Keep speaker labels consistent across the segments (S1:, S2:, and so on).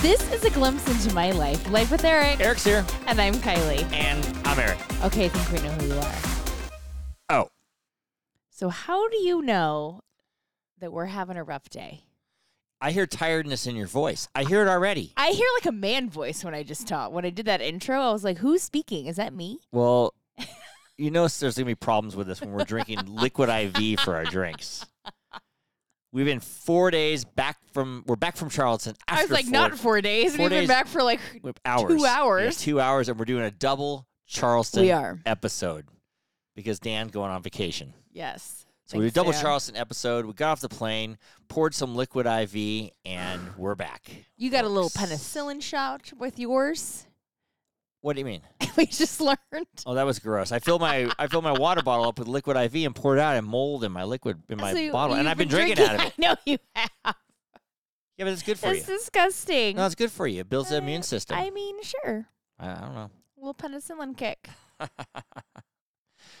S1: This is a glimpse into my life. Life with Eric.
S2: Eric's here,
S1: And I'm Kylie.
S2: and I'm Eric.
S1: Okay, I think we know who you are.
S2: Oh,
S1: So, how do you know that we're having a rough day?
S2: I hear tiredness in your voice. I hear it already.
S1: I hear like a man voice when I just talk. When I did that intro, I was like, who's speaking? Is that me?
S2: Well, you know there's gonna be problems with this when we're drinking liquid IV for our drinks. We've been four days back from we're back from Charleston. After
S1: I was like,
S2: four,
S1: not four days.
S2: four
S1: We've been
S2: days.
S1: back for like,
S2: we're- hours.
S1: two
S2: Yeah,
S1: hours.
S2: two hours, and we're doing a double Charleston
S1: we are.
S2: episode because Dan's going on vacation.
S1: Yes.
S2: So we did
S1: Thanks,
S2: a double
S1: Dan.
S2: Charleston episode. We got off the plane, poured some liquid IV, and we're back.
S1: You got a little
S2: Folks.
S1: penicillin shot with yours.
S2: What do you mean?
S1: we just learned.
S2: Oh, that was gross. I filled my I filled my water bottle up with liquid IV and poured out and mold in my liquid in my
S1: So you-
S2: bottle, and
S1: you've
S2: I've been, drinking, out of it.
S1: I know you have.
S2: Yeah, but it's good for you.
S1: It's disgusting.
S2: No, it's good for you. It builds the immune
S1: Uh,
S2: system.
S1: I
S2: I,
S1: mean, sure.
S2: I don't
S1: A
S2: know.
S1: little penicillin kick.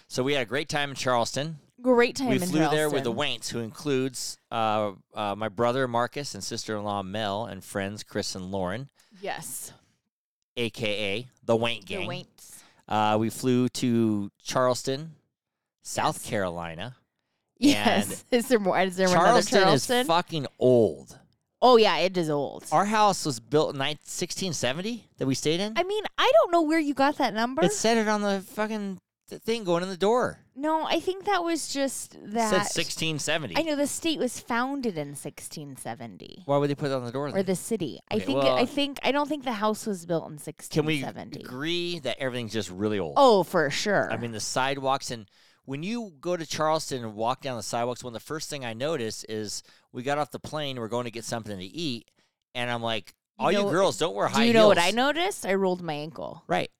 S2: So we had a great time in Charleston.
S1: Great time
S2: we
S1: in
S2: flew there with the
S1: Charleston.
S2: Waints, who includes uh, uh, my brother Marcus and sister-in-law Mel and friends Chris and Lauren,
S1: Yes.
S2: aka the Waint
S1: The
S2: Gang.
S1: Waints.
S2: Uh, we flew to Charleston, South
S1: Yes.
S2: Carolina.
S1: Yes. Is there more? Is there
S2: Charleston,
S1: another Charleston?
S2: is fucking old.
S1: oh yeah, it is old.
S2: Our house was built in 19- 1670 that we stayed in.
S1: I mean, I don't know where you got that number.
S2: It said it on the fucking th- thing going in the door.
S1: no, I think that was just
S2: It
S1: that.
S2: said 1670.
S1: I know the state was founded in 1670,
S2: Why would they put it on the door?
S1: or
S2: then?
S1: the city. I
S2: Okay,
S1: think.
S2: well-
S1: I think. I don't think the house was built in
S2: Can we
S1: 1670.
S2: agree that everything's just really old?
S1: oh, for sure.
S2: I mean, the sidewalks and when you go to Charleston and walk down the sidewalks, one of the first thing I notice is we got off the plane, we're going to get something to eat, and I'm like,
S1: You
S2: all you,
S1: know-
S2: girls don't wear high
S1: do
S2: heels.
S1: you know what I noticed? I rolled my ankle.
S2: Right.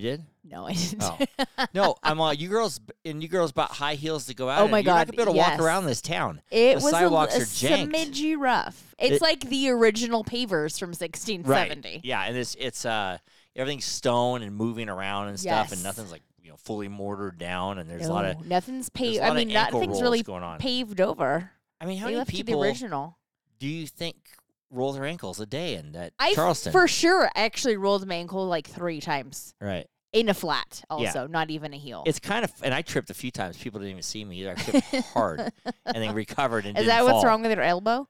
S2: did?
S1: No, I didn't.
S2: Oh. No, I'm like, you girls, and you girls bought high heels to go out.
S1: Oh
S2: in.
S1: my
S2: You're not
S1: God,
S2: gonna be able to
S1: yes.
S2: walk around this town.
S1: It
S2: The
S1: was
S2: sidewalks
S1: a,
S2: are
S1: a
S2: janked.
S1: smidgey rough. It's
S2: It-
S1: like the original pavers from 1670.
S2: Right. Yeah, and it's it's uh everything's stone and moving around and stuff,
S1: Yes.
S2: and nothing's like you know fully mortared down, and there's a lot of
S1: No, nothing's paved.
S2: there's a lot
S1: I mean,
S2: of ankle
S1: nothing's
S2: rolls
S1: really
S2: going on.
S1: paved over.
S2: I mean, how
S1: they
S2: many
S1: left it
S2: people
S1: the original.
S2: do you think roll their ankles a day in that
S1: I f-
S2: Charleston?
S1: for sure actually rolled my ankle like three times
S2: right.
S1: in a flat. Also, not even a heel.
S2: It's kind of, and I tripped a few times. People didn't even see me either. I tripped hard and then recovered and
S1: Is
S2: didn't
S1: that what's
S2: fall.
S1: wrong with your elbow?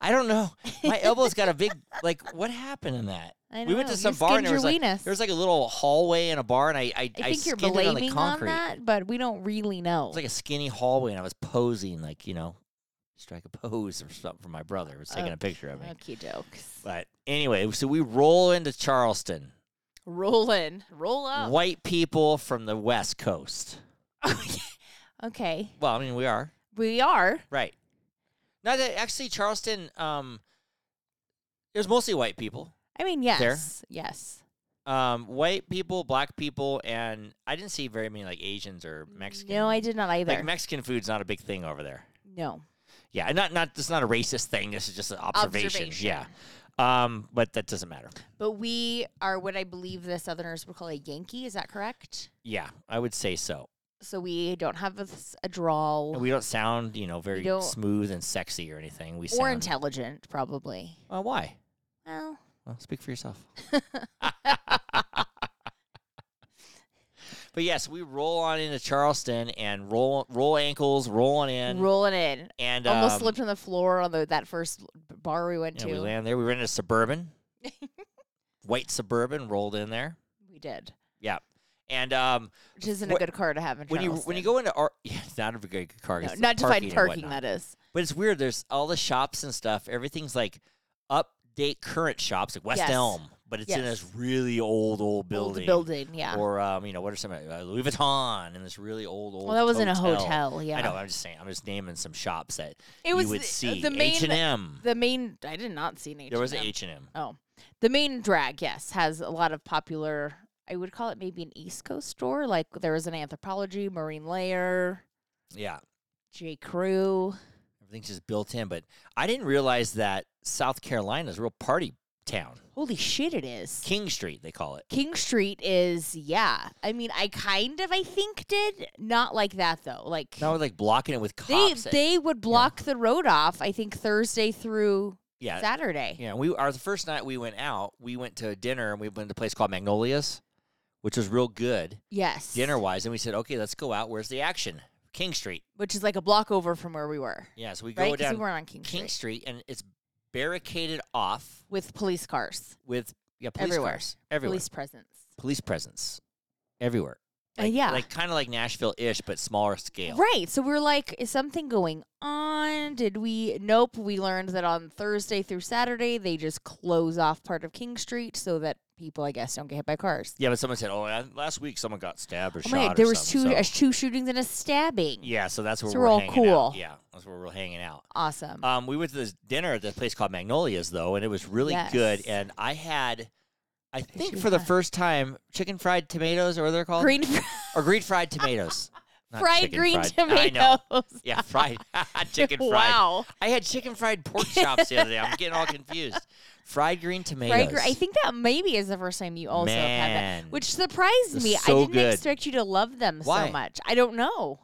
S2: I don't know. My elbow's got a big like. What happened in that?
S1: I
S2: We went
S1: know.
S2: to
S1: You
S2: some bar
S1: skinned
S2: and there
S1: your
S2: was like-
S1: weenus.
S2: There was like a little hallway in a bar, and I I,
S1: I think you're
S2: skinned it on the
S1: blaming on
S2: concrete.
S1: that, but we don't really know.
S2: It was like a skinny hallway, and I was posing, like you know, strike a pose or something for my brother. who was
S1: Oh,
S2: taking a picture of me.
S1: Okey dokes.
S2: But anyway, so we roll into Charleston.
S1: Roll in, roll up.
S2: White people from the West Coast.
S1: okay,
S2: Well, I mean, we are
S1: we are.
S2: right. Now that actually Charleston, um, there's mostly white people.
S1: I mean, yes, yes.
S2: Um, white people, black people, and I didn't see very many like Asians or Mexican.
S1: No, I did not either.
S2: Like Mexican food's not a big thing over there.
S1: no
S2: Yeah, and not not it's not a racist thing. This is just an observation.
S1: Observation.
S2: Yeah, um, but that doesn't matter.
S1: But we are what I believe the Southerners would call a Yankee. Is that correct?
S2: Yeah, I would say so.
S1: So we don't have a, s- a drawl
S2: And we don't sound you know very
S1: don't-
S2: smooth and sexy or anything. We
S1: or
S2: sound.
S1: intelligent, probably.
S2: Uh, why?
S1: Well,
S2: Well, speak for yourself. but yes, we roll on into Charleston and roll roll ankles, rolling in,
S1: rolling in.
S2: and
S1: Almost
S2: um,
S1: slipped on the floor on the, that first b- bar we went
S2: Yeah,
S1: to.
S2: we land there. We rented a suburban, white suburban, rolled in there.
S1: We did,
S2: Yeah, and um,
S1: which isn't a
S2: Wh-
S1: good car to have in
S2: when you when you go into our, yeah, it's not a very good car.
S1: Charleston.
S2: 'cause
S1: no, not
S2: the
S1: to find
S2: and
S1: parking
S2: whatnot.
S1: that is.
S2: But it's weird. There's all the shops and stuff. Everything's like update current shops, like West
S1: Yes.
S2: Elm, but it's in
S1: Yes.
S2: this really old old
S1: Old
S2: building.
S1: building, yeah.
S2: Or um, you know what are some uh, Louis Vuitton and this really old old.
S1: well, that wasn't a
S2: hotel.
S1: hotel. Yeah,
S2: I know. I'm just saying. I'm just naming some shops that
S1: It was
S2: you would
S1: the,
S2: see.
S1: the main.
S2: H and M.
S1: The main. I did not see an H.
S2: There was an H and M.
S1: Oh, the main drag, yes, has a lot of popular. I would call it maybe an East Coast store. Like there was an Anthropology, Marine Layer,
S2: Yeah.
S1: J. Crew.
S2: Everything's just built in. But I didn't realize that South Carolina's a real party town.
S1: Holy shit, it is.
S2: King Street, they call it.
S1: King Street is yeah. I mean, I kind of I think did not like that though. Like
S2: Now we're like blocking it with
S1: they
S2: cops.
S1: they would block the road off. I think Thursday through
S2: yeah,
S1: Saturday.
S2: yeah. We our the first night we went out, we went to dinner and we went to a place called Magnolias, which was real good
S1: Yes.
S2: dinner wise. And we said, okay, let's go out. Where's the action? King Street.
S1: Which is like a block over from where we were.
S2: Yeah, so we
S1: Right?
S2: go
S1: 'Cause
S2: down
S1: we weren't on King,
S2: King
S1: Street.
S2: Street and it's barricaded off
S1: With police cars,
S2: with yeah police
S1: Everywhere.
S2: cars everywhere,
S1: police
S2: police,
S1: presence.
S2: presence everywhere.
S1: Uh,
S2: Like,
S1: yeah.
S2: like kind of like Nashville ish, but smaller scale.
S1: Right. So we were like, is something going on? Did we? Nope. We learned that on Thursday through Saturday, they just close off part of King Street so that people, I guess, don't get hit by cars.
S2: Yeah, but someone said, "Oh, uh, last week someone got stabbed or
S1: Oh
S2: shot."
S1: my
S2: or
S1: God, there was two
S2: something,"
S1: uh,
S2: so-
S1: two shootings and a stabbing.
S2: yeah, so that's where
S1: So
S2: we're,
S1: we're all
S2: hanging
S1: cool.
S2: out. Yeah, that's where we're hanging out.
S1: Awesome.
S2: Um, we went to this dinner at this place called Magnolias though, and it was really good.
S1: Yes.
S2: And I had, I think
S1: you
S2: for the
S1: had-
S2: first time, chicken fried tomatoes or what they're called,
S1: green
S2: or green fried tomatoes, Not
S1: fried
S2: chicken
S1: green
S2: fried.
S1: tomatoes.
S2: I know. Yeah, fried chicken fried.
S1: Wow.
S2: I had chicken fried pork chops the other day. I'm getting all confused. Fried green tomatoes.
S1: Fried gr- I think that maybe is the first time you also have had that,
S2: Man.
S1: which surprised
S2: They're
S1: me.
S2: so
S1: I didn't
S2: good.
S1: expect you to love them
S2: Why?
S1: so much. I don't know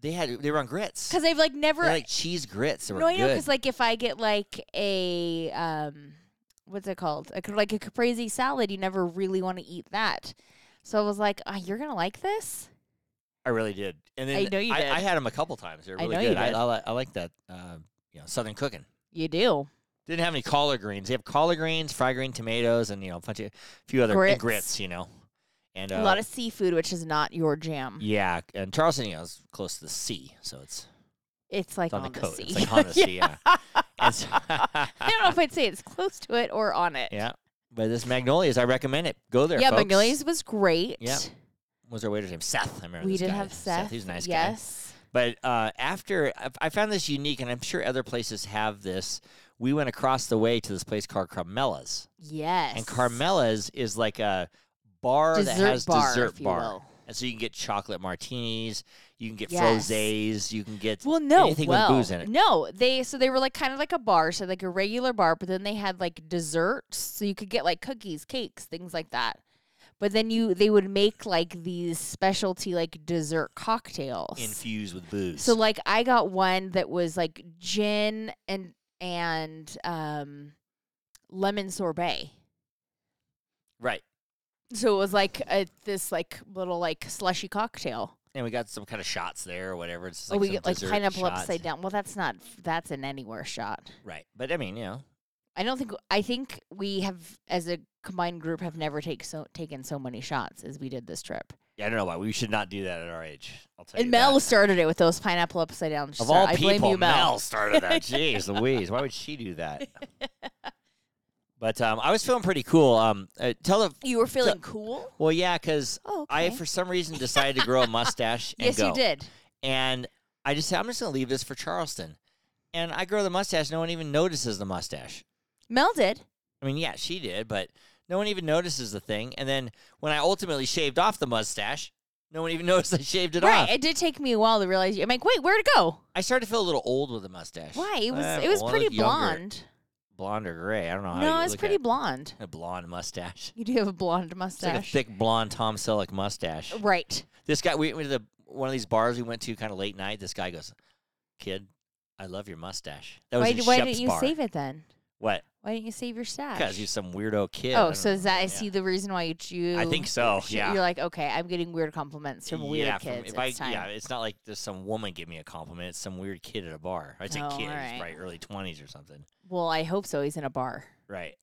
S2: they had they were on grits.
S1: because I've like never.
S2: They're like cheese grits. They were
S1: no, I know
S2: good.
S1: because like if I get like a um, what's it called? A, like a caprese salad, you never really want to eat that. So I was like, oh, you're gonna like this.
S2: I really did. And then
S1: I know you
S2: I,
S1: did.
S2: had them a couple times. They're
S1: I
S2: really
S1: know you
S2: good. I,
S1: did.
S2: I, li- I like that. Uh, you know, southern cooking.
S1: You do.
S2: Didn't have any collard greens. They have collard greens, fried green tomatoes, and you know, a bunch of a few other
S1: Grits.
S2: and grits. You know, and uh,
S1: a lot of seafood, which is not your jam.
S2: yeah. And Charleston, you know, is close to the sea, so it's,
S1: It's like
S2: it's on, the coast.
S1: sea.
S2: It's like on the sea. Yeah. And so-
S1: I don't know if I'd say it's close to it or on it.
S2: yeah. But this Magnolias, I recommend it. Go there.
S1: yeah,
S2: folks.
S1: Magnolia's was great.
S2: Yeah. What was our waiter's name? Seth. I remember
S1: We
S2: this
S1: did
S2: guy.
S1: have Seth.
S2: He's a nice guy.
S1: yes.
S2: But uh, after I- I found this unique, and I'm sure other places have this. We went across the way to this place called Carmela's,
S1: Yes.
S2: and Carmela's is like a bar that
S1: Dessert
S2: has
S1: bar,
S2: dessert
S1: if you
S2: bar,
S1: will.
S2: and so you can get chocolate martinis, you can get
S1: Yes.
S2: frosés, you can get
S1: Well, no.
S2: anything
S1: well,
S2: with booze in it.
S1: No, they so they were like kind of like a bar, so like a regular bar, but then they had like desserts, so you could get like cookies, cakes, things like that. But then you they would make like these specialty like dessert cocktails.
S2: infused with booze.
S1: so like I got one that was like gin and and um lemon sorbet.
S2: right,
S1: So it was like a, this like little like slushy cocktail.
S2: and we got some kind of shots there or whatever. It's just
S1: oh,
S2: like
S1: we
S2: some
S1: get like
S2: dessert
S1: pineapple
S2: shots.
S1: upside down. Well, that's not that's an anywhere shot.
S2: Right, but I mean, you know,
S1: I don't think I think we have as a combined group have never take so taken so many shots as we did this trip.
S2: I don't know why we should not do that at our age. I'll tell you
S1: and Mel
S2: that.
S1: started it with those pineapple upside down shots.
S2: Of all
S1: I
S2: people,
S1: blame you, Mel.
S2: started that. Jeez Louise, why would she do that? But um, I was feeling pretty cool. Um, uh, tell the
S1: You were feeling cool.
S2: well, yeah, because
S1: Oh,
S2: I
S1: okay.
S2: for some reason decided to grow a mustache. and
S1: yes,
S2: go.
S1: you did.
S2: And I just said I'm just gonna leave this for Charleston, and I grow the mustache. No one even notices the mustache.
S1: Mel did.
S2: I mean, yeah, she did, but no one even notices the thing. And then when I ultimately shaved off the mustache, no one even noticed I shaved it
S1: right.
S2: off.
S1: It did take me a while to realize. I'm like, wait, where'd it go?
S2: I started to feel a little old with the mustache.
S1: Why? It was
S2: Uh,
S1: it was
S2: well, I
S1: pretty
S2: look younger.
S1: blonde.
S2: blonde or gray. I don't know how.
S1: No,
S2: you
S1: it was
S2: look
S1: pretty
S2: at it.
S1: blonde.
S2: a blonde mustache.
S1: You do have a blonde
S2: It's like a
S1: mustache.
S2: thick blonde Tom Selleck mustache.
S1: Uh, right.
S2: This guy, we went to the, one of these bars we went to kind of late night. This guy goes, "Kid, I love your mustache." That was
S1: Why,
S2: in
S1: d- why
S2: Shep's
S1: didn't you
S2: bar.
S1: save it then?
S2: What?
S1: Why didn't you save your stash?
S2: Because you're some weirdo kid.
S1: oh,
S2: I
S1: so
S2: don't
S1: is that
S2: know.
S1: I see the reason why you choose?
S2: Yeah. I think so.
S1: Sh-
S2: Oh, Yeah.
S1: You're like, okay, I'm getting weird compliments from weird
S2: yeah, from-
S1: kids.
S2: if I-
S1: it's time.
S2: Yeah, it's not like there's some woman give me a compliment. It's some weird kid at a bar. I'd say
S1: Oh,
S2: kid, he's
S1: alright.
S2: probably early twenties or something.
S1: Well, I hope so. He's in a bar.
S2: Right.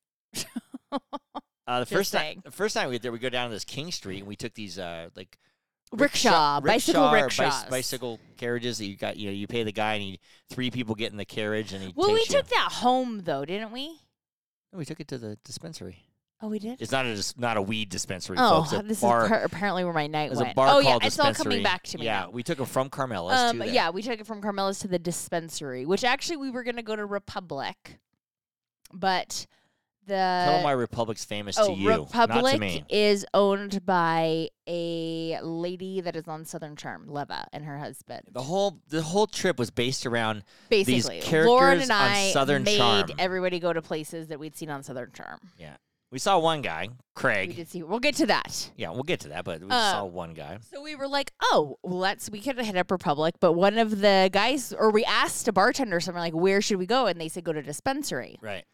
S2: Uh, the
S1: Just
S2: first time,
S1: saying.
S2: the first time we were there, we go down to this King Street and we took these uh, like
S1: Rickshaw, bicycle
S2: rickshaw or bice-
S1: rickshaws.
S2: bicycle carriages that you got. You know, you pay the guy, and he, three people get in the carriage, and he.
S1: Well, we
S2: takes you.
S1: took that home though, didn't we?
S2: No, we took it to the dispensary.
S1: Oh, we did.
S2: It's not a dis- not a weed dispensary,
S1: oh,
S2: folks. A
S1: this
S2: bar,
S1: is par- apparently where my night
S2: There's
S1: went.
S2: a bar
S1: oh
S2: called
S1: yeah, it's all
S2: dispensary.
S1: coming back to me.
S2: Yeah,
S1: now.
S2: we took them from Carmela's
S1: Um,
S2: to there.
S1: yeah, we took it from Carmela's to the dispensary, which actually we were gonna go to Republic, but the
S2: Tell them why Republic's famous
S1: uh, oh
S2: to you, not to
S1: Republic
S2: me.
S1: is owned by a lady that is on Southern Charm, Leva, and her husband.
S2: The whole the whole trip was based around
S1: Basically,
S2: characters
S1: Lauren and
S2: on
S1: I
S2: Southern
S1: made
S2: Charm.
S1: everybody go to places that we'd seen on Southern Charm.
S2: yeah, We saw one guy,
S1: We
S2: Craig.
S1: did see. We'll get to that.
S2: Yeah, we'll get to that, but we
S1: Uh,
S2: saw one guy.
S1: So we were like, oh, well, let's we could have hit up Republic, but one of the guys, or we asked a bartender, or something like, where should we go? And they said, go to dispensary.
S2: Right.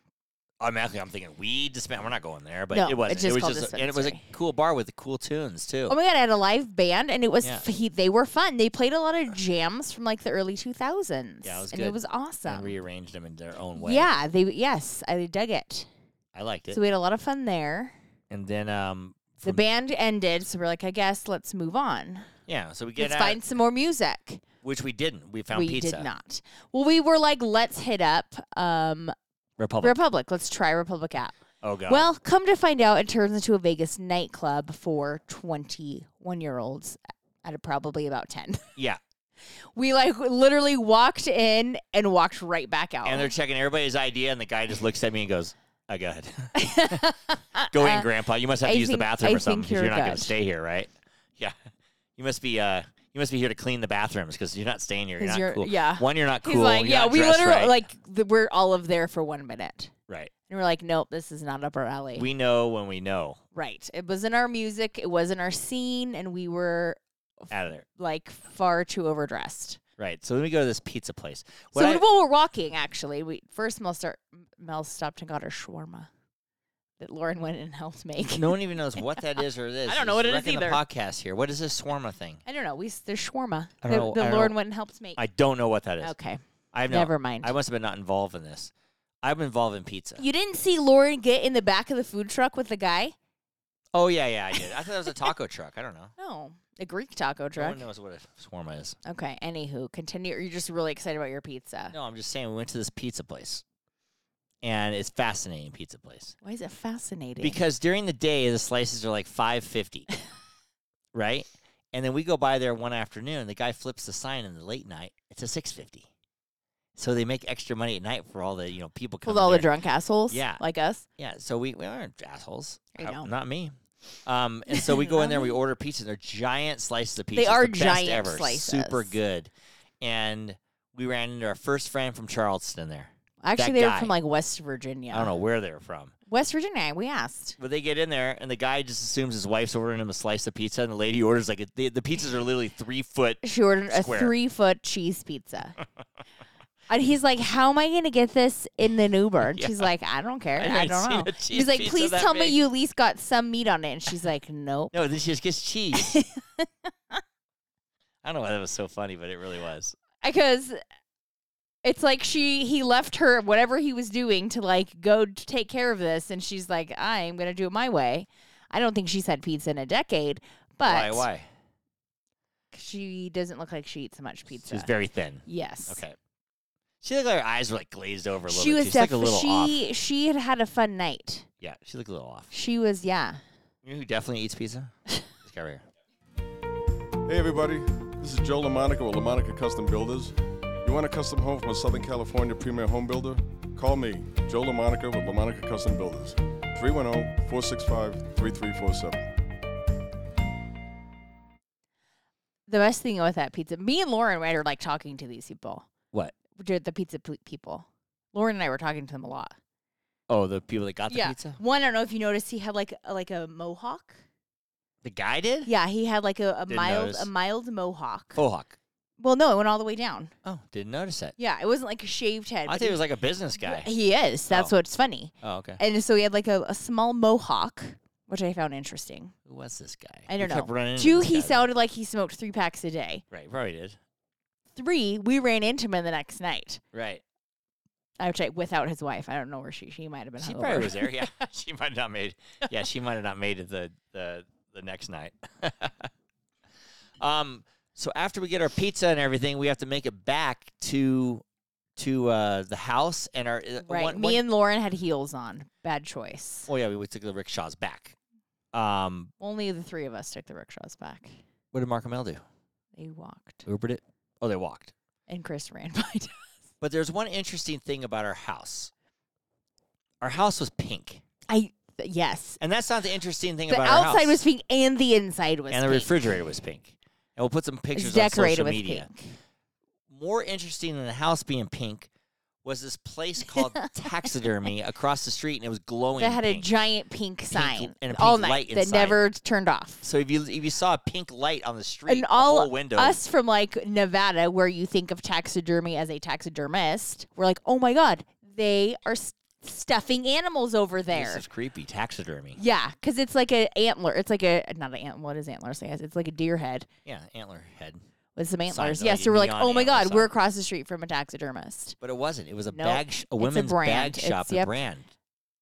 S2: Automatically, I'm thinking weed dispenser. We're not going there, but
S1: No,
S2: it wasn't.
S1: it's just
S2: it
S1: called
S2: was just, a- and it was a
S1: dispensary.
S2: cool bar with cool tunes too.
S1: Oh my god, I had a live band, and it was
S2: Yeah.
S1: f- he, they were fun. They played a lot of jams from like the early two thousands.
S2: Yeah, it was
S1: and it
S2: good.
S1: was
S2: and
S1: awesome.
S2: rearranged them in their own way.
S1: Yeah, they yes, I dug it.
S2: I liked it.
S1: So we had a lot of fun there.
S2: and then, um,
S1: The
S2: from-
S1: band ended, so we're like, I guess let's move on.
S2: yeah, so we get
S1: Let's
S2: out,
S1: find some more music.
S2: which we didn't. We found
S1: we
S2: pizza.
S1: did not. Well, we were like, let's hit up um,
S2: Republic.
S1: Republic. Let's try Republic out.
S2: oh god.
S1: Well, come to find out, it turns into a Vegas nightclub for twenty-one-year-olds at a- probably about ten.
S2: yeah.
S1: We like literally walked in and walked right back out.
S2: And they're checking everybody's idea, and the guy just looks at me and goes, "I got it. Go in, Grandpa. You must have
S1: Uh, I
S2: to use
S1: think-
S2: the bathroom
S1: I
S2: or something
S1: think
S2: because you're
S1: you're
S2: not going
S1: good.
S2: to stay here, right? Yeah. You must be. uh You must be here to clean the bathrooms because you're not staying here. You're
S1: 'Cause
S2: not
S1: you're-
S2: cool.
S1: yeah.
S2: One, you're not cool.
S1: He's like,
S2: you're
S1: yeah,
S2: not
S1: we
S2: dressed
S1: literally
S2: right."
S1: like the, we're all of there for one minute,
S2: right.
S1: and we're like, nope, this is not up our alley.
S2: We know when we know.
S1: right? It wasn't our music, it wasn't our scene, and we were
S2: Out of there.
S1: like far too overdressed.
S2: Right. So let me go to this pizza place. What
S1: so
S2: I-
S1: we well, we're walking actually. We first Mel start Mel stopped and got her shawarma that Lauren went and helped make.
S2: no one even knows what that is or this.
S1: I don't know what it is either.
S2: The podcast here. What is this swarma thing?
S1: I don't know. We s- there's shawarma
S2: I
S1: that,
S2: don't know- I
S1: that
S2: don't
S1: Lauren
S2: know.
S1: went and helped make.
S2: I don't know what that is.
S1: okay,
S2: I have no-
S1: never mind.
S2: I must have been not involved in this. I'm involved in pizza.
S1: you didn't see Lauren get in the back of the food truck with the guy?
S2: Oh yeah, yeah, I did. I thought it was a taco truck. I don't know.
S1: No, a Greek taco
S2: No
S1: truck.
S2: one knows what a shawarma is.
S1: Okay. Anywho, continue. You're just really excited about your pizza.
S2: No, I'm just saying we went to this pizza place, and it's fascinating pizza place
S1: Why is it fascinating?
S2: because during the day the slices are like five fifty, right? And then we go by there one afternoon. The guy flips the sign in the late night. It's a six fifty, so they make extra money at night for all the you know people coming.
S1: with all the
S2: there.
S1: drunk assholes,
S2: Yeah.
S1: like us.
S2: Yeah, so we, we aren't assholes.
S1: I
S2: Uh,
S1: know.
S2: Not me. Um, and so we go in
S1: Not
S2: there, we
S1: me.
S2: order pizza. and They're giant slices of pizza.
S1: They
S2: It's
S1: are
S2: the best
S1: giant
S2: ever. Super
S1: slices.
S2: good. And we ran into our first friend from Charleston there.
S1: Actually,
S2: That
S1: they were
S2: guy.
S1: from like West Virginia.
S2: I don't know where they were from.
S1: West Virginia. We asked.
S2: But they get in there, and the guy just assumes his wife's ordering him a slice of pizza, and the lady orders like a, the, the pizzas are literally three foot.
S1: She ordered
S2: Square.
S1: a three foot cheese pizza. And he's like, "How am I going to get this in an Uber?" And she's like, "I don't care.
S2: I
S1: I,
S2: haven't
S1: don't
S2: seen
S1: know."
S2: a cheese
S1: He's like,
S2: pizza
S1: "Please
S2: that
S1: tell me
S2: big."
S1: you at least got some meat on it." And she's like, "Nope."
S2: No, this just gets cheese. I don't know why that was so funny, but it really was.
S1: because it's like she he left her whatever he was doing to like go t- take care of this and she's like i'm gonna do it my way i don't think she's had pizza in a decade but
S2: why? Why?
S1: she doesn't look like she eats much pizza
S2: She's very thin.
S1: yes
S2: Okay. She looked like her eyes were like glazed over a little
S1: she
S2: bit.
S1: was
S2: She's like a
S1: def-
S2: little off.
S1: she she had had a fun night
S2: Yeah, she looked a little off.
S1: she was yeah
S2: You know who definitely eats pizza? this guy right here.
S3: Hey everybody, this is Joe LaMonica with LaMonica Custom Builders. You want a custom home from a Southern California premier home builder? Call me, Joe LaMonica with LaMonica Custom Builders, 310-465-3347.
S1: the best thing about that pizza me and lauren right are like talking to these people
S2: What?
S1: to the pizza pe- people lauren and i were talking to them a lot
S2: Oh, the people that got the
S1: yeah
S2: pizza?
S1: one i don't know if you noticed he had like a, like a mohawk
S2: The guy did?
S1: Yeah, he had like a, a
S2: Didn't
S1: mild
S2: notice. Oh.
S1: a mild mohawk.
S2: Mohawk.
S1: Well, no, it went all the way down.
S2: Oh, didn't notice that.
S1: Yeah, it wasn't like a shaved head.
S2: I
S1: but
S2: think it was like a business guy.
S1: he is. That's
S2: Oh.
S1: what's funny.
S2: Oh, okay.
S1: And so he had like a, a small mohawk, which I found interesting.
S2: Who was this guy?
S1: I don't
S2: We kept
S1: know.
S2: running into
S1: Two,
S2: Mm, this
S1: he
S2: guy.
S1: sounded like he smoked three packs a day.
S2: Right, probably did.
S1: Three, we ran into him the next night.
S2: Right.
S1: I would say without his wife. I don't know where she she might have been.
S2: She
S1: hungover.
S2: probably was there. Yeah, she might not made. Yeah, she might have not made it the the the next night. um. So after we get our pizza and everything, we have to make it back to to uh, the house and our uh,
S1: right.
S2: One,
S1: Me
S2: one-
S1: and Lauren had heels on. Bad choice.
S2: oh yeah, we, we took the rickshaws back. Um.
S1: Only the three of us took the rickshaws back.
S2: What did Mark and Mel do?
S1: They walked,
S2: Ubered it. Oh, they walked.
S1: and Chris ran by.
S2: But there's one interesting thing about our house. Our house was pink,
S1: I yes,
S2: and that's not the interesting thing
S1: The
S2: about our
S1: outside
S2: house.
S1: was pink and the inside was
S2: and the
S1: pink.
S2: refrigerator was pink. And we'll put some
S1: It's
S2: pictures on
S1: decorated
S2: social
S1: with
S2: media.
S1: pink.
S2: more interesting than the house being pink was this place called Taxidermy across the street, and it was glowing.
S1: that had a
S2: pink.
S1: giant pink sign
S2: and a
S1: all
S2: pink
S1: night
S2: light
S1: that
S2: inside.
S1: never turned off.
S2: So if you if you saw a pink light on the street,
S1: and all
S2: the whole window,
S1: us from like Nevada, where you think of taxidermy as a taxidermist, we're like, oh my god, they are s- stuffing animals over
S2: this
S1: there.
S2: is creepy. Taxidermy.
S1: Yeah, because it's like an antler. It's like a not an antler. What is antlers? I guess it's like a deer head
S2: Yeah, antler head.
S1: with some
S2: Signs
S1: antlers.
S2: of,
S1: Yeah,
S2: like,
S1: so
S2: a
S1: we're like,
S2: neon
S1: oh my
S2: antler
S1: god,
S2: sign.
S1: we're across the street from a taxidermist.
S2: But it wasn't. It was a
S1: Nope.
S2: bag, sh- a women's
S1: brand.
S2: bag shop,
S1: It's- yep.
S2: a brand,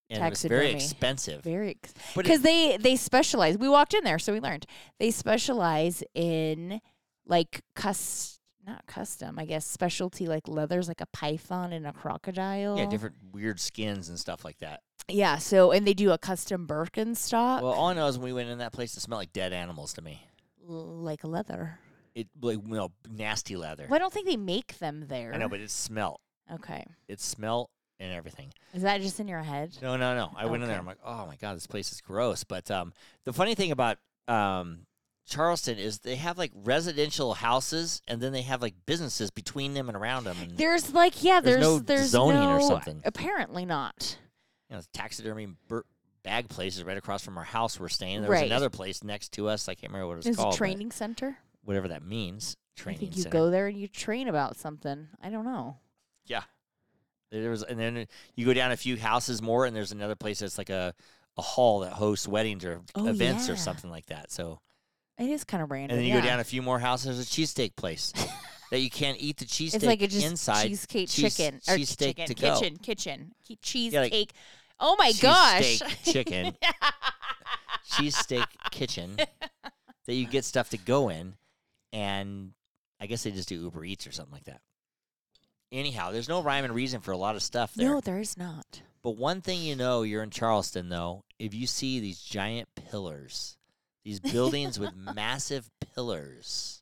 S2: and it was very
S1: Taxidermy.
S2: expensive.
S1: Very
S2: But it-
S1: because they they specialize. We walked in there, so we learned they specialize in like cus not custom, I guess specialty like leathers, like a python and a crocodile.
S2: yeah, different weird skins and stuff like that.
S1: Yeah, so and they do a custom Birkenstock,
S2: Well, all I know is when we went in that place, it smelled like dead animals to me.
S1: l- like leather.
S2: It like no nasty leather.
S1: Well, I don't think they make them there.
S2: I know, but it smelled.
S1: okay,
S2: It smelled and everything.
S1: is that just in your head?
S2: No, no, no. I went in there.
S1: Okay.
S2: I'm like, oh my god, this place is gross. But um, the funny thing about um, Charleston is they have like residential houses, and then they have like businesses between them and around them. And,
S1: There's like yeah,
S2: There's
S1: there's
S2: no
S1: there's
S2: zoning or
S1: no-
S2: something.
S1: Apparently not.
S2: you know, taxidermy bur- bag places right across from our house we're staying. There
S1: Right.
S2: was another place next to us. I can't remember what it's
S1: There's a
S2: called. but
S1: training center.
S2: whatever that means. Training
S1: I think you
S2: center.
S1: go there and you train about something. I don't know.
S2: There was, and then you go down a few houses more, and there's another place that's like a, a hall that hosts weddings or
S1: Oh,
S2: events or
S1: yeah.
S2: something like that. So,
S1: It is kind of random.
S2: and then you
S1: yeah.
S2: go down a few more houses. There's a cheesesteak place that you can't eat the cheesesteak
S1: It's like a just
S2: inside.
S1: cheesecake
S2: cheese-
S1: chicken or
S2: cheesesteak
S1: chicken,
S2: to go.
S1: kitchen, kitchen, Ki-
S2: like
S1: cheesecake. oh my gosh!
S2: Cheesesteak chicken, cheesesteak kitchen that you get stuff to go in, and I guess they just do Uber Eats or something like that. Anyhow, there's no rhyme and reason for a lot of stuff there.
S1: no, there is not.
S2: But one thing you know, you're in Charleston though, if you see these giant pillars, these buildings with massive pillars,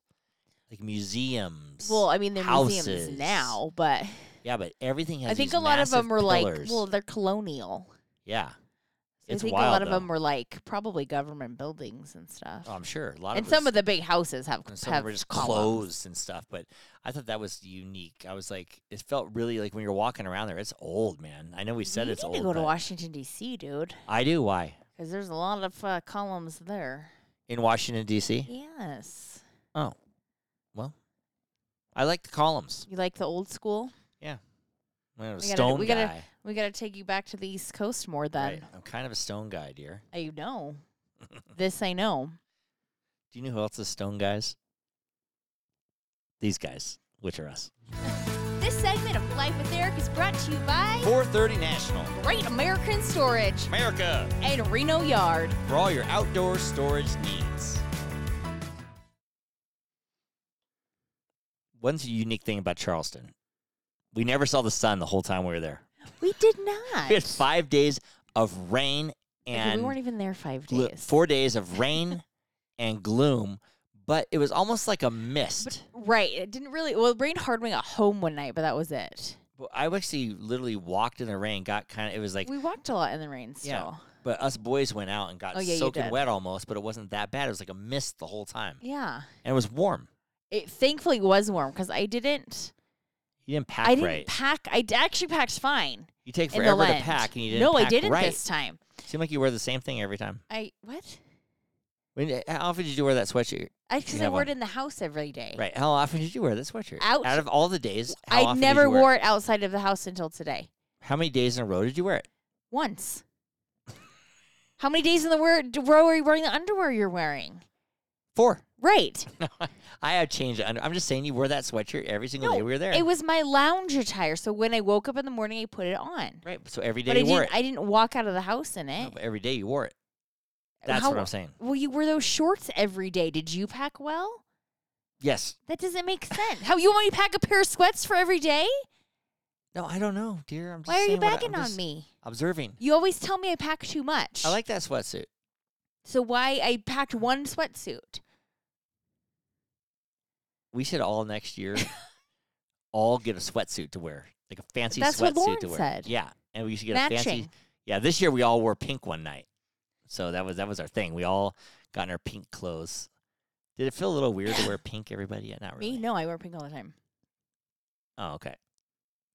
S2: like museums.
S1: Well, I mean, they're
S2: Houses.
S1: museums now, but
S2: yeah, but everything has.
S1: I think
S2: these
S1: a lot of
S2: massive
S1: them were like,
S2: pillars.
S1: well, they're colonial.
S2: yeah,
S1: I
S2: it's
S1: think
S2: wild.
S1: a lot of
S2: though.
S1: them were like probably government buildings and stuff.
S2: Oh, I'm sure a lot
S1: and
S2: of
S1: some
S2: us-
S1: of the big houses have
S2: and some
S1: have
S2: were just
S1: columns.
S2: closed and stuff. But I thought that was unique. I was like, it felt really like when you're walking around there, it's old, man. I know we said
S1: you
S2: it's
S1: need
S2: old.
S1: to go to
S2: but
S1: Washington D.C., dude,
S2: I do. Why
S1: because there's a lot of uh, columns there.
S2: in Washington D.C.
S1: Yes,
S2: Oh, well, I like the columns.
S1: you like the old school.
S2: I'm
S1: We
S2: a
S1: gotta-
S2: stone
S1: we gotta-
S2: guy.
S1: We got to take you back to the East Coast more then.
S2: Right. I'm kind of a stone guy, dear.
S1: I know. this I know.
S2: Do you know who else is stone guys? These guys, which are us.
S1: This segment of Life with Eric is brought to you by
S2: 430 National,
S1: Great American Storage
S2: America,
S1: and Reno Yard.
S2: for all your outdoor storage needs. One's a unique thing about Charleston. We never saw the sun the whole time we were there.
S1: We did not.
S2: We had five days of rain
S1: Okay,
S2: and
S1: we weren't even there five
S2: glo-
S1: days.
S2: four days of rain and gloom, but it was almost like a mist.
S1: Right. It didn't really. Well, it rained hard when we got home one night, but that was it.
S2: Well, I actually literally walked in the rain, got kind of, it was like,
S1: we walked a lot in the rain still.
S2: Yeah. but us boys went out and got
S1: Oh, yeah, you
S2: soaking
S1: did.
S2: wet almost, but it wasn't that bad. It was like a mist the whole time.
S1: Yeah.
S2: And it was warm.
S1: It thankfully was warm because I didn't.
S2: You didn't pack
S1: I didn't
S2: right.
S1: pack. I d- actually packed fine
S2: you take
S1: in the
S2: forever to
S1: lens.
S2: pack and you didn't
S1: no,
S2: pack
S1: I didn't
S2: right.
S1: this time.
S2: Seemed like you wear the same thing every time.
S1: I what?
S2: When, eh, how often did you wear that sweatshirt?
S1: I because I
S2: have
S1: wore
S2: one.
S1: it in the house every day.
S2: Right. How often did you wear that sweatshirt?
S1: Out-
S2: of all the days, how
S1: I
S2: often did
S1: never
S2: you wear
S1: wore it outside of the house until today.
S2: How many days in a row did you wear it?
S1: Once. How many days in the wor- d- row are you wearing the underwear you're wearing?
S2: Four.
S1: Right.
S2: I have changed. it under- I'm just saying you wore that sweatshirt every single day we were there.
S1: It was my lounge attire, so when I woke up in the morning, I put it on.
S2: right. So every day
S1: But I
S2: you wore
S1: didn't.
S2: it.
S1: I didn't walk out of the house in
S2: No,
S1: it.
S2: but every day you wore it. That's
S1: How-
S2: what I'm saying.
S1: Well, you wore those shorts every day. Did you pack well?
S2: Yes.
S1: That doesn't make sense. How you want me to pack a pair of sweats for every day?
S2: No, I don't know, dear. I'm just
S1: Why are you
S2: saying what I- I'm
S1: bagging on
S2: just
S1: me?
S2: Observing.
S1: You always tell me I pack too much.
S2: I like that sweatsuit.
S1: So why I packed one sweatsuit?
S2: We should all next year all get a sweatsuit to wear, like a fancy
S1: That's
S2: sweatsuit
S1: what Lauren
S2: to wear.
S1: said.
S2: Yeah, and we should get a fancy.
S1: Matching.
S2: Yeah, this year we all wore pink one night, so that was that was our thing. We all got in our pink clothes. Did it feel a little weird to wear pink? Everybody, yeah, not really.
S1: Me? No, I wear pink all the time.
S2: Oh, okay.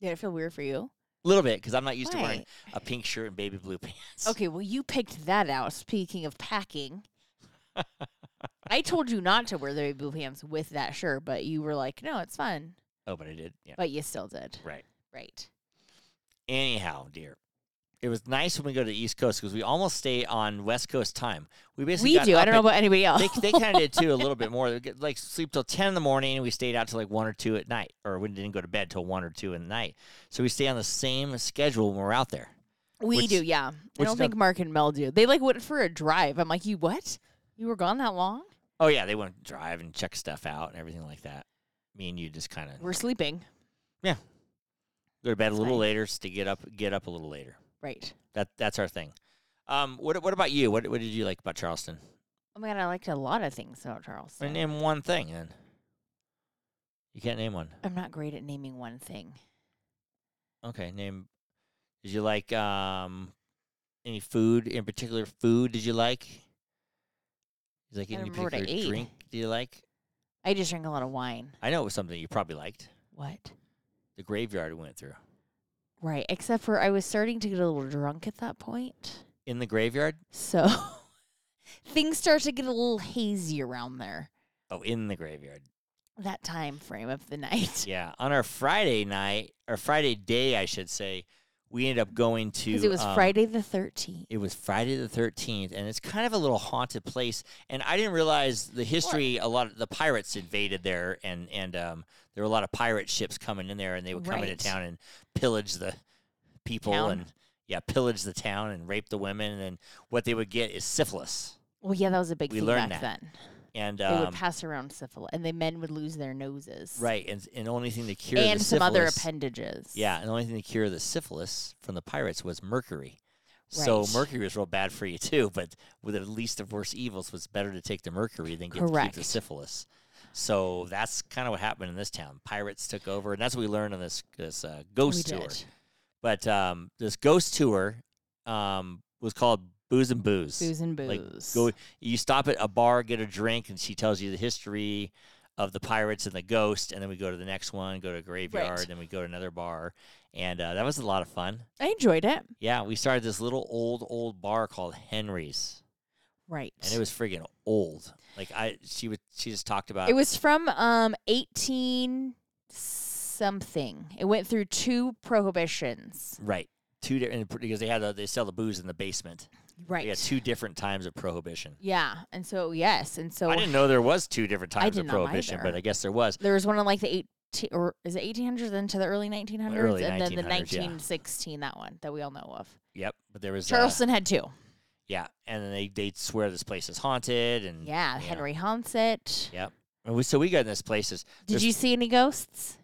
S1: Did it feel weird for you?
S2: A little bit because I'm not used to wearing
S1: Right.
S2: a pink shirt and baby blue pants.
S1: Okay, well, you picked that out. Speaking of packing, I told you not to wear the baby blue pants with that shirt, but you were like, no, it's fun.
S2: Oh, but I did. Yeah.
S1: But you still did.
S2: Right.
S1: Right.
S2: Anyhow, dear, it was nice when we go to the East Coast because we almost stay on West Coast time. We basically
S1: We
S2: got
S1: do. I
S2: up
S1: don't know
S2: at-
S1: about anybody else.
S2: They, they kind of did too a little bit more. They get, like sleep till ten in the morning, and we stayed out till like one or two at night, or we didn't go to bed till one or two in the night. So we stay on the same schedule when we're out there.
S1: we
S2: which-
S1: do, yeah. I don't
S2: which stuff-
S1: think Mark and Mel do. They like went for a drive. I'm like, you what? You were gone that long?
S2: Oh yeah, they went to drive and check stuff out and everything like that. Me and you just kind of
S1: We're sleeping.
S2: go to bed a little
S1: fine.
S2: later s- to get up, get up a little later.
S1: Right.
S2: That that's our thing. Um, what what about you? What what did you like about Charleston?
S1: Oh my god, I liked a lot of things about Charleston.
S2: Name one thing then. You can't name one.
S1: I'm not great at naming one thing.
S2: Okay, name. Did you like um any food in particular? Food did you like? Did you like
S1: I
S2: any
S1: remember what I
S2: particular
S1: ate.
S2: drink? Do you like?
S1: I just drank a lot of wine.
S2: I know it was something you probably liked.
S1: What?
S2: The graveyard we went through.
S1: Right. Except for I was starting to get a little drunk at that point.
S2: In the graveyard?
S1: So things start to get a little hazy around there.
S2: Oh, in the graveyard.
S1: That time frame of the night.
S2: Yeah. On our Friday night, or Friday day, I should say, we ended up going to.
S1: Because it was
S2: um,
S1: Friday the 13th.
S2: It was Friday the 13th, and it's kind of a little haunted place. And I didn't realize the history. A lot of the pirates invaded there, and and um, there were a lot of pirate ships coming in there, and they would come into
S1: Right.
S2: town and pillage the people
S1: Town.
S2: and yeah, pillage the town and rape the women. And then what they would get is syphilis,
S1: Well, yeah, that was a big
S2: We
S1: thing
S2: learned
S1: back
S2: that.
S1: then.
S2: and
S1: they
S2: um,
S1: would pass around syphilis, and the men would lose their noses.
S2: right, and and the only thing to cure
S1: And
S2: the
S1: some other
S2: syphilis-
S1: appendages.
S2: Yeah, and the only thing to cure the syphilis from the pirates was mercury. So
S1: Right.
S2: mercury was real bad for you too, but with the least of worst evils was better to take the mercury than get to keep the
S1: Correct.
S2: syphilis. So that's kind of what happened in this town. Pirates took over, and that's what we learned on this this uh,
S1: We
S2: ghost tour.
S1: did.
S2: But um, this ghost tour um, was called Booze and Booze.
S1: Booze and
S2: Like,
S1: booze.
S2: Go, you stop at a bar, get a drink, and she tells you the history of the pirates and the ghost, and then we go to the next one, go to a graveyard, then we go to another bar, and uh, that was a lot of fun.
S1: I enjoyed it.
S2: Yeah, we started this little old old bar called Henry's,
S1: Right.
S2: and it was friggin' old. Like I, she would, she just talked about
S1: It was from um 18 something. It went through two prohibitions.
S2: right two different because they had the, they sell the booze in the basement.
S1: Right.
S2: Yeah, two different times of prohibition.
S1: Yeah, and so yes, and so
S2: I didn't know there was two different times
S1: did
S2: of
S1: not
S2: prohibition, but
S1: either.
S2: I guess there was.
S1: there was one in like the eighteen or is it eighteen hundreds into the early nineteen hundreds,
S2: Early
S1: and then the
S2: 1900s, yeah.
S1: nineteen sixteen that one that we all know of.
S2: Yep, but there was uh,
S1: Charleston had two.
S2: Yeah, and then they they swear this place is haunted, and
S1: Yeah, Henry haunts it.
S2: Yep. And we, so we got in this place. Is
S1: Did you see any ghosts?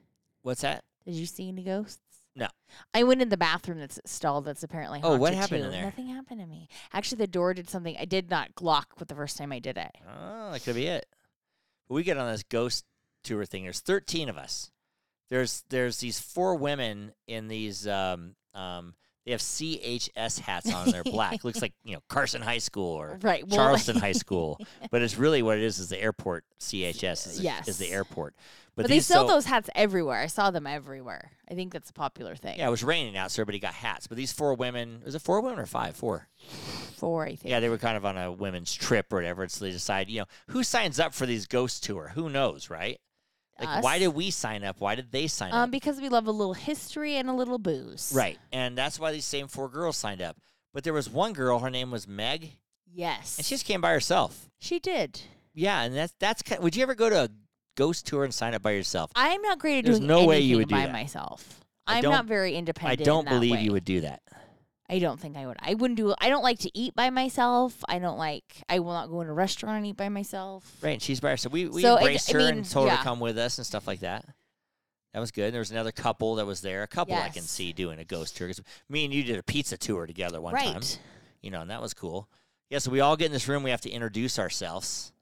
S2: what's that?
S1: Did you see any ghosts?
S2: No.
S1: I went in the bathroom that's stall that's apparently
S2: Oh,
S1: haunted
S2: what happened in
S1: too.
S2: there?
S1: Nothing happened to me. Actually, the door did something. I did not lock with the first time I did it.
S2: Oh, that could be it. But we get on this ghost tour thing. There's 13 of us. There's there's these four women in these um um they have CHS hats on. They're black. Looks like you know Carson High School or
S1: Right. Well,
S2: Charleston High School, but it's really what it is is the airport CHS is, the- is the
S1: Yes.
S2: airport.
S1: But,
S2: But,
S1: they
S2: these-
S1: sell
S2: so-
S1: those hats everywhere. I saw them everywhere. I think that's a popular thing.
S2: Yeah, it was raining out, so everybody got hats. But these four women was it four women or five? Four.
S1: Four, I think.
S2: Yeah, they were kind of on a women's trip or whatever. and So they decide, you know, who signs up for these ghost tour? Who knows, right? Like, why
S1: Us.
S2: did we sign up? Why did they sign
S1: Um,
S2: up?
S1: because we love a little history and a little booze.
S2: Right. And that's why these same four girls signed up. But there was one girl, her name was Meg,
S1: Yes.
S2: and she just came by herself.
S1: she did.
S2: Yeah, and that's that's kind would you ever go to a ghost tour and sign up by yourself?
S1: I'm not great at
S2: There's
S1: doing
S2: no way
S1: anything
S2: you would do
S1: by
S2: that.
S1: myself.
S2: I
S1: I'm
S2: don't-
S1: not very
S2: I
S1: independent. in
S2: don't
S1: that
S2: believe
S1: way.
S2: you would do that.
S1: I don't think I would. I wouldn't do. I don't like to eat by myself. I don't like. I will not go in a restaurant and eat by myself.
S2: Right, and she's by herself. We we
S1: So it-
S2: embraced
S1: I
S2: her
S1: mean,
S2: and told her
S1: yeah.
S2: to come with us and stuff like that. That was good. And there was another couple that was there. A couple I can
S1: Yes.
S2: see doing a ghost tour. 'cause Me and you did a pizza tour together one
S1: right.
S2: time. you know, and that was cool. Yeah, so we all get in this room. We have to introduce ourselves,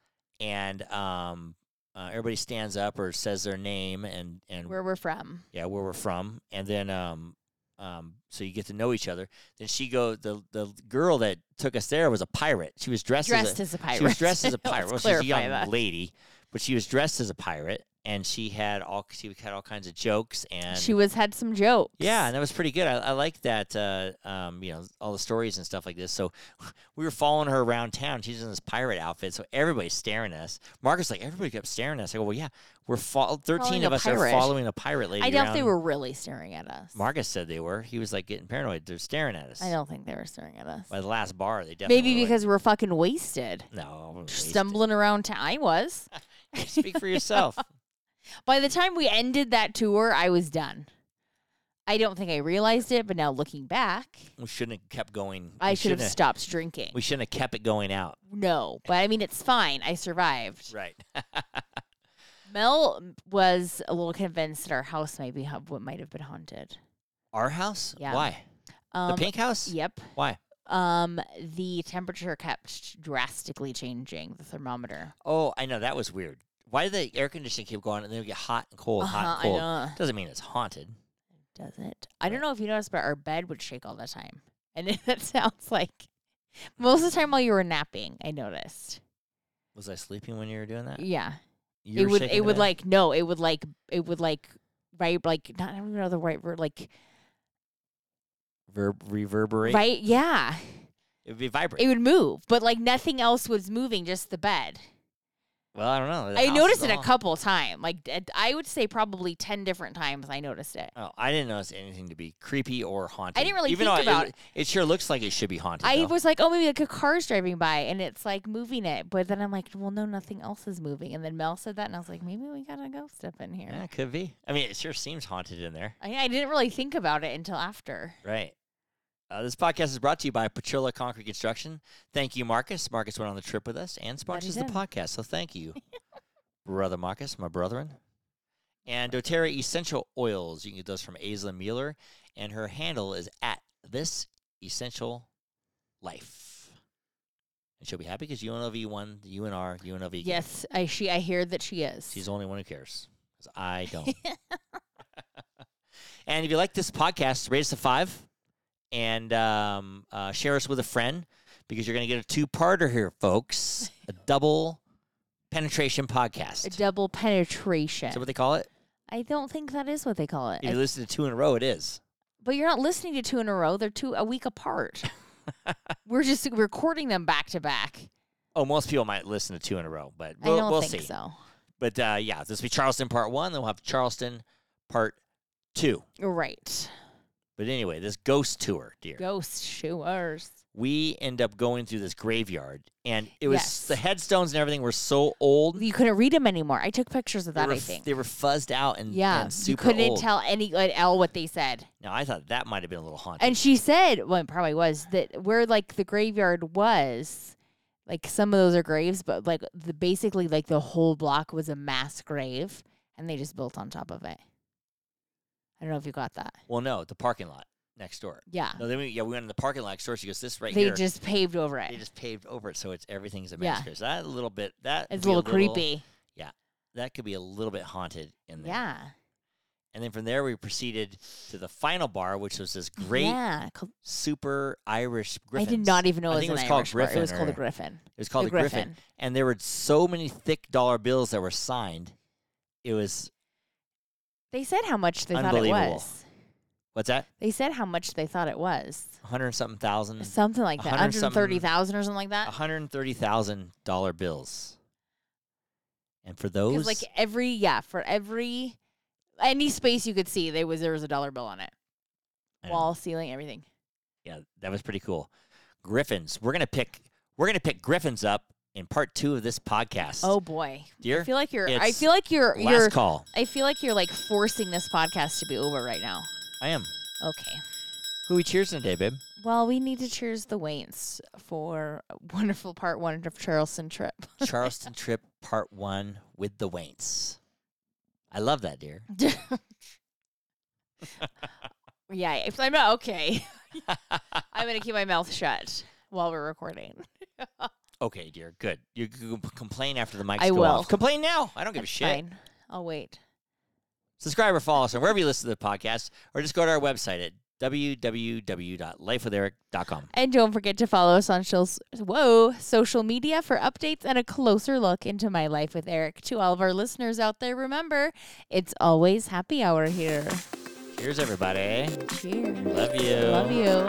S2: and um, uh, everybody stands up or says their name and and
S1: Where we're from.
S2: yeah, where we're from, and then um, um, so you get to know each other. Then she go the the girl that took us there was a pirate. She was dressed,
S1: Dressed as
S2: as
S1: a
S2: a,
S1: pirate.
S2: she was dressed as a
S1: Let's
S2: pirate. well, she's a
S1: clarify
S2: young
S1: that.
S2: lady, but she was dressed as a pirate, and she had all she had all kinds of jokes and
S1: she was had some jokes.
S2: yeah, and that was pretty good. I, I like that. Uh, um, you know, all the stories and stuff like this. So we were following her around town. She's in this pirate outfit, so everybody's staring at us. Marcus like everybody kept staring at us. I go, well, yeah, we're fo-
S1: Following
S2: thirteen of
S1: a
S2: us are
S1: pirate."
S2: following a pirate lady.
S1: I doubt they
S2: around.
S1: were really staring at us.
S2: Marcus said they were. He was like getting paranoid. They're staring at us.
S1: I don't think they were staring at us.
S2: By the last bar, they definitely
S1: Maybe
S2: were like,
S1: because we're fucking wasted.
S2: no I wasn't wasted.
S1: Stumbling around town. I was.
S2: Speak for yourself.
S1: By the time we ended that tour, I was done. I don't think I realized it, but now looking back,
S2: we shouldn't have kept going.
S1: I
S2: We
S1: should have
S2: shouldn't
S1: stopped drinking.
S2: We shouldn't have kept it going out.
S1: no, but I mean, it's fine. I survived.
S2: Right.
S1: Mel was a little convinced that our house might be ha- what might have been haunted.
S2: Our house?
S1: Yeah.
S2: Why?
S1: Um,
S2: The pink house?
S1: Yep.
S2: Why?
S1: Um, the temperature kept drastically changing. The thermometer.
S2: Oh, I know that was weird. Why did the air conditioning keep going and then it would get hot and cold, hot and
S1: Uh-huh,
S2: cold?
S1: I know.
S2: Doesn't mean it's haunted.
S1: Does it? I don't know if you noticed, but our bed would shake all the time, and that sounds like most of the time while you were napping. I noticed.
S2: Was I sleeping when you were doing that?
S1: Yeah.
S2: Uh, You
S1: it
S2: were
S1: would
S2: shaking
S1: it would
S2: the bed?
S1: like no it would like it would like right like not I don't even know the right word like
S2: Verb- reverberate.
S1: right yeah
S2: It would be vibrate.
S1: it would move but like nothing else was moving just the bed
S2: well, I don't know. The
S1: I
S2: house
S1: noticed
S2: is
S1: it a
S2: all-
S1: couple time like d- I would say probably ten different times I noticed it
S2: Oh, I didn't notice anything to be creepy or haunted.
S1: really
S2: Even
S1: think
S2: though
S1: about
S2: it. It sure looks like it should be haunted.
S1: I
S2: though.
S1: was like oh maybe like a car's driving by and it's like moving it but then I'm like well no nothing else is moving and then Mel said that and I was like maybe we got a ghost up in here
S2: Yeah, could be. I mean, it sure seems haunted in there.
S1: I, I didn't really think about it until after
S2: Right. Uh, this podcast is brought to you by Patrilla Concrete Construction. Thank you, Marcus. Marcus went on the trip with us and sponsors the
S1: did.
S2: podcast, so thank you, brother Marcus, my brethren. And DoTerra essential oils. You can get those from Aisla Mueller, and her handle is at this essential life. And she'll be happy because UNLV won the UNR UNLV. game.
S1: yes I she I hear that she is
S2: She's the only one who cares. 'cause I don't. and if you like this podcast, rate us a five and um, uh, share us with a friend because you're going to get a two parter here, folks. A double penetration
S1: a
S2: podcast.
S1: double penetration
S2: Is that what they call it?
S1: I don't think that is what they call it.
S2: If
S1: I-
S2: you listen to two in a row, it is.
S1: but you're not listening to two in a row. They're two a week apart. We're just recording them back to back.
S2: Oh, most people might listen to two in a row, but
S1: I
S2: we'll,
S1: don't
S2: we'll
S1: think
S2: see.
S1: so.
S2: But uh, yeah, this will be Charleston part one. Then we'll have Charleston part two.
S1: Right.
S2: But anyway, this ghost tour, dear.
S1: Ghost shoers.
S2: we end up going through this graveyard and it was
S1: Yes.
S2: the headstones and everything were so old
S1: You couldn't read them anymore. I took pictures of
S2: they
S1: that,
S2: were,
S1: I
S2: f-
S1: think.
S2: they were fuzzed out and,
S1: yeah.
S2: and
S1: You
S2: super
S1: couldn't
S2: old.
S1: tell any at all what they said.
S2: now i thought that might have been a little haunted
S1: And she said, well, it probably was, that where like the graveyard was, like some of those are graves, but like the basically like the whole block was a mass grave and they just built on top of it. I don't know if you got that.
S2: well no the parking lot next door
S1: Yeah.
S2: no then we yeah we went in the parking lot next door she goes this right
S1: they
S2: here
S1: just paved over
S2: they
S1: it.
S2: just paved over it so it's everything's a
S1: Yeah.
S2: massacre so that a little bit that
S1: It's
S2: could
S1: a little
S2: be
S1: creepy.
S2: that could be a little bit haunted in there
S1: Yeah.
S2: and then from there we proceeded to the final bar which was this great
S1: Yeah. Col-
S2: super irish griffin
S1: I did not even know
S2: I
S1: it was,
S2: think
S1: an
S2: it was called
S1: Irish bar. It was
S2: Griffin
S1: called a
S2: or-
S1: griffin.
S2: It was called
S1: The
S2: the, Griffin.
S1: Griffin.
S2: and there were so many thick dollar bills that were signed. It was
S1: They said how much they thought it
S2: Unbelievable.
S1: was.
S2: what's that?
S1: They said how much they thought it was.
S2: A Hundred and something thousand, Mm. a
S1: Something like that.
S2: 100 something- Ah,
S1: 130,000 or something like that.
S2: hundred and thirty thousand dollar bills. And for those,
S1: Because like every yeah, for every any space you could see, there was there was a dollar bill on it.
S2: I know.
S1: Wall, ceiling, everything.
S2: yeah, that was pretty cool. Griffins, we're gonna pick, we're gonna pick Griffins up in part two of this podcast.
S1: Oh boy. I
S2: dear,
S1: feel like you're I
S2: it's
S1: feel like you're
S2: last
S1: you're
S2: call.
S1: I feel like you're like forcing this podcast to be over right now.
S2: I am.
S1: Okay.
S2: Who we cheers today, babe?
S1: Well, we need to cheers the Waints for a wonderful part one of Charleston trip.
S2: Charleston trip part one with the Waints. I love that, dear.
S1: yeah, if I'm not okay. I'm gonna keep my mouth shut while we're recording.
S2: Okay, dear. Good. You c- c- complain after the mics
S1: I
S2: go
S1: will.
S2: off. Complain now. I don't give a shit.
S1: Fine, I'll wait.
S2: Subscribe or follow us on wherever you listen to the podcast, or just go to our website at www.lifewitheric.com.
S1: And don't forget to follow us on shills, whoa, social media for updates and a closer look into my life with Eric. To all of our listeners out there, remember, it's always happy hour here.
S2: Cheers, everybody.
S1: Cheers.
S2: Love you.
S1: Love you.